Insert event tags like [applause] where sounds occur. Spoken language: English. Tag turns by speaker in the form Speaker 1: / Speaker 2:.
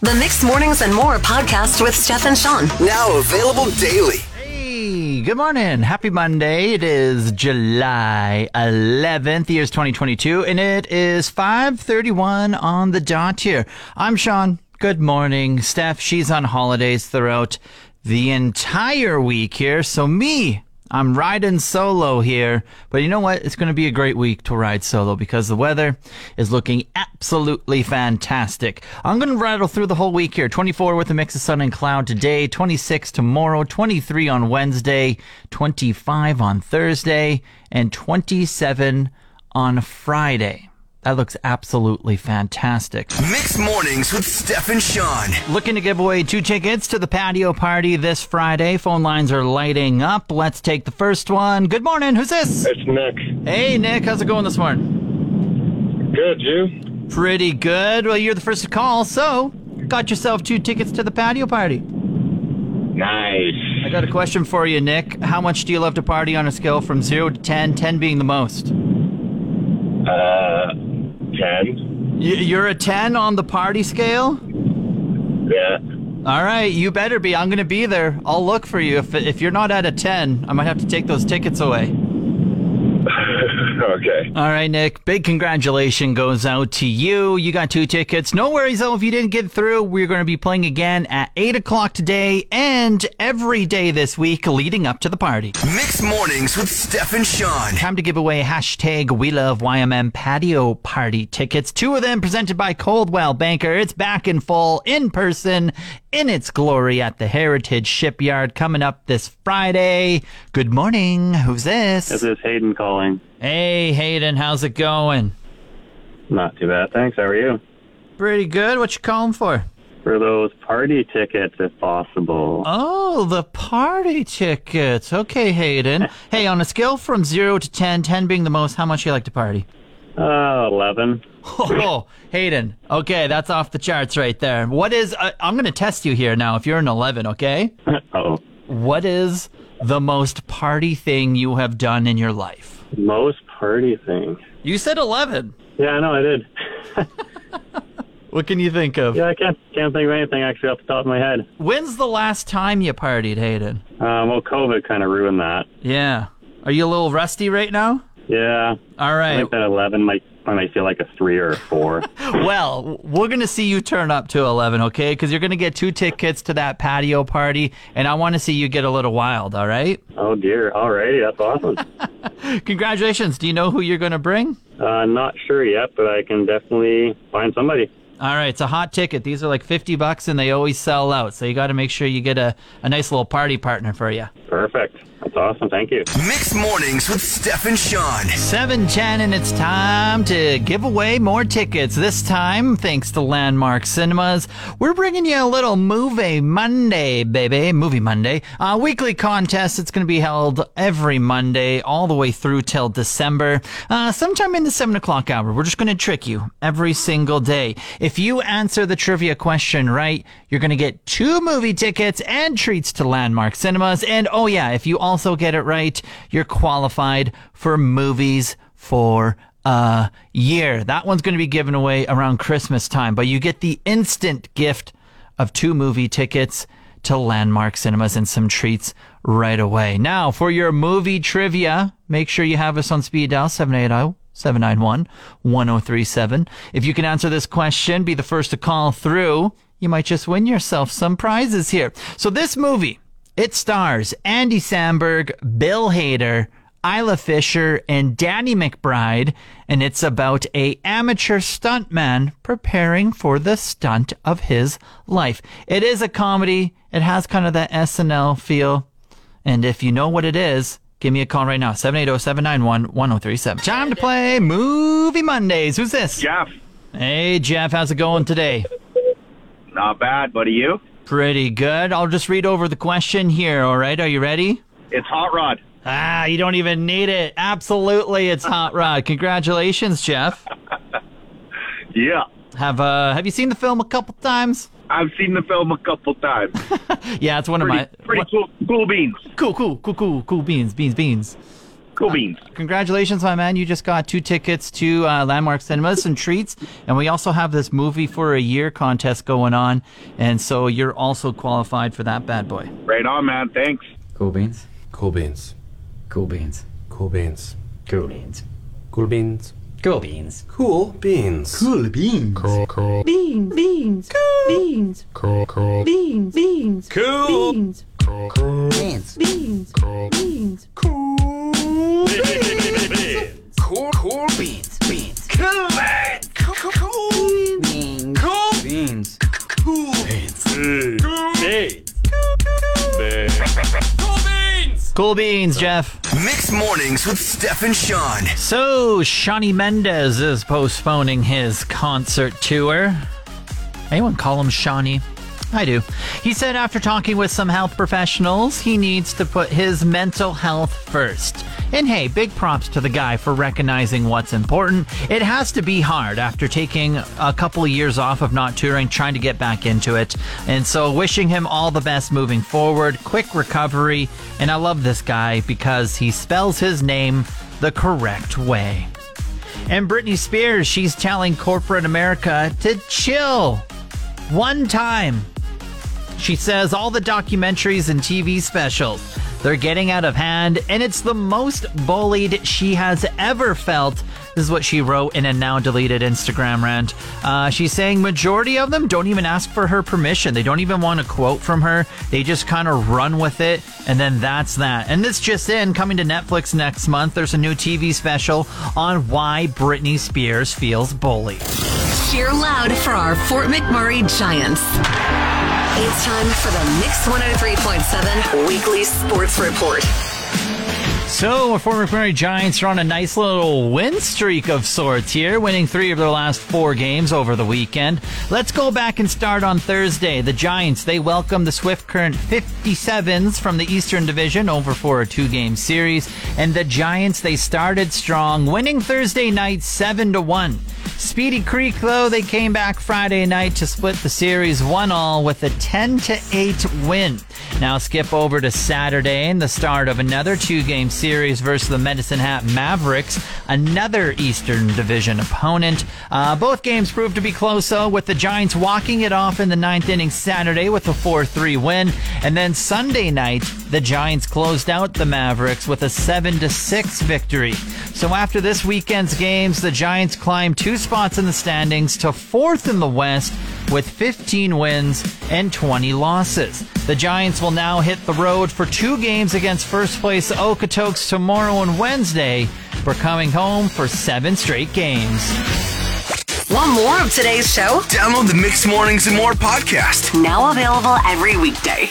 Speaker 1: The Mixed Mornings and More podcast with Steph and Sean.
Speaker 2: Now available daily.
Speaker 3: Hey, good morning. Happy Monday. It is July 11th, year's 2022, and it is 531 on the dot here. I'm Sean. Good morning. Steph, she's on holidays throughout the entire week here. So me, I'm riding solo here, but you know what? It's going to be a great week to ride solo because the weather is looking absolutely fantastic. I'm going to rattle through the whole week here 24 with a mix of sun and cloud today, 26 tomorrow, 23 on Wednesday, 25 on Thursday, and 27 on Friday. That looks absolutely fantastic.
Speaker 2: Mixed mornings with Steph and Sean.
Speaker 3: Looking to give away two tickets to the patio party this Friday. Phone lines are lighting up. Let's take the first one. Good morning. Who's this?
Speaker 4: It's Nick.
Speaker 3: Hey, Nick. How's it going this morning?
Speaker 4: Good, you?
Speaker 3: Pretty good. Well, you're the first to call, so got yourself two tickets to the patio party.
Speaker 4: Nice.
Speaker 3: I got a question for you, Nick. How much do you love to party on a scale from 0 to 10, 10 being the most?
Speaker 4: Uh, 10.
Speaker 3: Y- You're a 10 on the party scale?
Speaker 4: Yeah. [laughs]
Speaker 3: All right, you better be. I'm going to be there. I'll look for you. If, if you're not at a 10, I might have to take those tickets away.
Speaker 4: okay.
Speaker 3: All right, Nick. Big congratulations goes out to you. You got two tickets. No worries though if you didn't get through. We're going to be playing again at eight o'clock today and every day this week leading up to the party.
Speaker 2: Mixed mornings with Steph and Sean.
Speaker 3: Time to give away hashtag We Love YMM Patio Party tickets. Two of them presented by Coldwell Banker. It's back in full, in person, in its glory at the Heritage Shipyard coming up this Friday. Good morning. Who's
Speaker 5: This
Speaker 3: this?
Speaker 5: is Hayden calling.
Speaker 3: Hey, Hayden. How's it going?
Speaker 5: Not too bad, thanks. How are you?
Speaker 3: Pretty good. What you calling for?
Speaker 5: For those party tickets, if possible.
Speaker 3: Oh, the party tickets. Okay, [laughs] Hayden. hey, on a scale from 0 to 10, 10 being the most, how much you like to party?
Speaker 5: Uh, 11.
Speaker 3: [laughs] Oh, Hayden. Okay, that's off the charts right there. What is, uh, I'm going to test you here now if you're an 11, okay?
Speaker 5: oh.
Speaker 3: What is the most party thing you have done in your life?
Speaker 5: Most party thing.
Speaker 3: You said 11.
Speaker 5: Yeah, I know, I did.
Speaker 3: What can you think of?
Speaker 5: Yeah, I can't, can't think of anything actually off the top of my head.
Speaker 3: When's the last time you partied, Hayden?
Speaker 5: Uh, well, COVID kind of ruined that.
Speaker 3: Yeah. Are you a little rusty right now?
Speaker 5: Yeah.
Speaker 3: All
Speaker 5: I
Speaker 3: right.
Speaker 5: think that 11 might, I might feel like a 3 or a 4.
Speaker 3: Well, we're going to see you turn up to 11, okay? Because you're going to get two tickets to that patio party, and I want to see you get a little wild, all right?
Speaker 5: oh, dear. Alrighty, that's awesome.
Speaker 3: Congratulations. Do you know who you're going to bring?
Speaker 5: Uh, not sure yet, but I can definitely find somebody.
Speaker 3: All right, it's a hot ticket. These are like 50 bucks, and they always sell out. So you got to make sure you get a, a nice little party partner for you.
Speaker 5: Perfect. That's awesome. Thank you.
Speaker 2: Mixed mornings with Steph and Sean.
Speaker 3: 710, and it's time to give away more tickets. This time, thanks to Landmark Cinemas, we're bringing you a little Movie Monday, baby. Movie Monday. A weekly contest. It's going to be held every Monday all the way through till December. Uh, sometime in the 7 o'clock hour, we're just going to trick you every single day. If you answer the trivia question right, you're going to get two movie tickets and treats to Landmark Cinemas. And oh, yeah, if you also get it right, you're qualified for movies for a year. That one's going to be given away around Christmas time, but you get the instant gift of two movie tickets to Landmark Cinemas and some treats right away. Now, for your movie trivia, make sure you have us on speed dial oh. 780 791 1037. If you can answer this question, be the first to call through. You might just win yourself some prizes here. So, this movie, it stars Andy Samberg, Bill Hader, Isla Fisher, and Danny McBride, and it's about a amateur stuntman preparing for the stunt of his life. It is a comedy. It has kind of that SNL feel. And if you know what it is, give me a call right now, oh, 780-791-1037. Time to play Movie Mondays. Who's this?
Speaker 6: Jeff,
Speaker 3: Hey, Jeff, how's it going today?
Speaker 6: not bad, buddy. You?
Speaker 3: Pretty good. I'll just read over the question here, all right? Are you ready?
Speaker 6: It's Hot Rod.
Speaker 3: Ah, you don't even need it. Absolutely, it's Hot Rod. Congratulations, Jeff.
Speaker 6: Yeah.
Speaker 3: Have uh, have you seen the film a couple times?
Speaker 6: I've seen the film a couple times.
Speaker 3: Yeah, it's one
Speaker 6: Pretty,
Speaker 3: of my
Speaker 6: pretty
Speaker 3: what-
Speaker 6: cool, cool beans.
Speaker 3: cool, cool, cool, cool, cool beans, beans, beans.
Speaker 6: Cool beans.
Speaker 3: Congratulations, my man. You just got two tickets to uh, Landmark Cinemas and treats. And we also have this movie for a year contest going on. And so you're also qualified for that bad boy.
Speaker 6: Right on, man. Thanks.
Speaker 7: Cool beans.
Speaker 8: Cool beans.
Speaker 7: Cool beans.
Speaker 8: Cool beans.
Speaker 7: Cool beans.
Speaker 8: Cool beans.
Speaker 7: Cool beans.
Speaker 8: Cool beans. Cool beans. Cool beans.
Speaker 2: Cool, cool beans. Beans. Cool beans. Cool, cool beans. Cool
Speaker 7: Beans.
Speaker 2: Cool beans. Cool beans. Cool beans.
Speaker 3: Cool beans, Jeff.
Speaker 2: Mixed mornings with Steph and Sean.
Speaker 3: So, Shawnee Mendez is postponing his concert tour. Anyone call him Shawnee? I do. He said after talking with some health professionals, he needs to put his mental health first. And hey, big props to the guy for recognizing what's important. It has to be hard after taking a couple of years off of not touring, trying to get back into it. And so, wishing him all the best moving forward, quick recovery. And I love this guy because he spells his name the correct way. And Britney Spears, she's telling corporate America to chill one time. She says all the documentaries and TV specials, they're getting out of hand, and it's the most bullied she has ever felt. This is what she wrote in a now deleted Instagram rant. Uh, she's saying majority of them don't even ask for her permission. They don't even want a quote from her. They just kind of run with it, and then that's that. And this just in, coming to Netflix next month, there's a new TV special on why Britney Spears feels bullied.
Speaker 1: Cheer loud for our Fort McMurray Giants. It's time for the oh Mix 103.7 Weekly Sports Report.
Speaker 3: So, our former Prairie Giants are on a nice little win streak of sorts here, winning three of their last four games over the weekend. Let's go back and start on Thursday. The Giants, they welcome the Swift Current 57s from the Eastern Division over for a two game series. And the Giants, they started strong, winning Thursday night 7 to 1. Speedy Creek, though, they came back Friday night to split the series 1 all with a 10 to 8 win. Now skip over to Saturday and the start of another two game series versus the Medicine Hat Mavericks, another Eastern Division opponent. Uh, both games proved to be close, though, with the Giants walking it off in the ninth inning Saturday with a 4 3 win. And then Sunday night, the Giants closed out the Mavericks with a 7 to 6 victory. So after this weekend's games, the Giants climbed two spots in the standings to fourth in the West with 15 wins and 20 losses. The Giants will now hit the road for two games against first place Okotoks tomorrow and Wednesday. We're coming home for seven straight games.
Speaker 1: Want more of today's show?
Speaker 2: Download the Mixed Mornings and More podcast.
Speaker 1: Now available every weekday.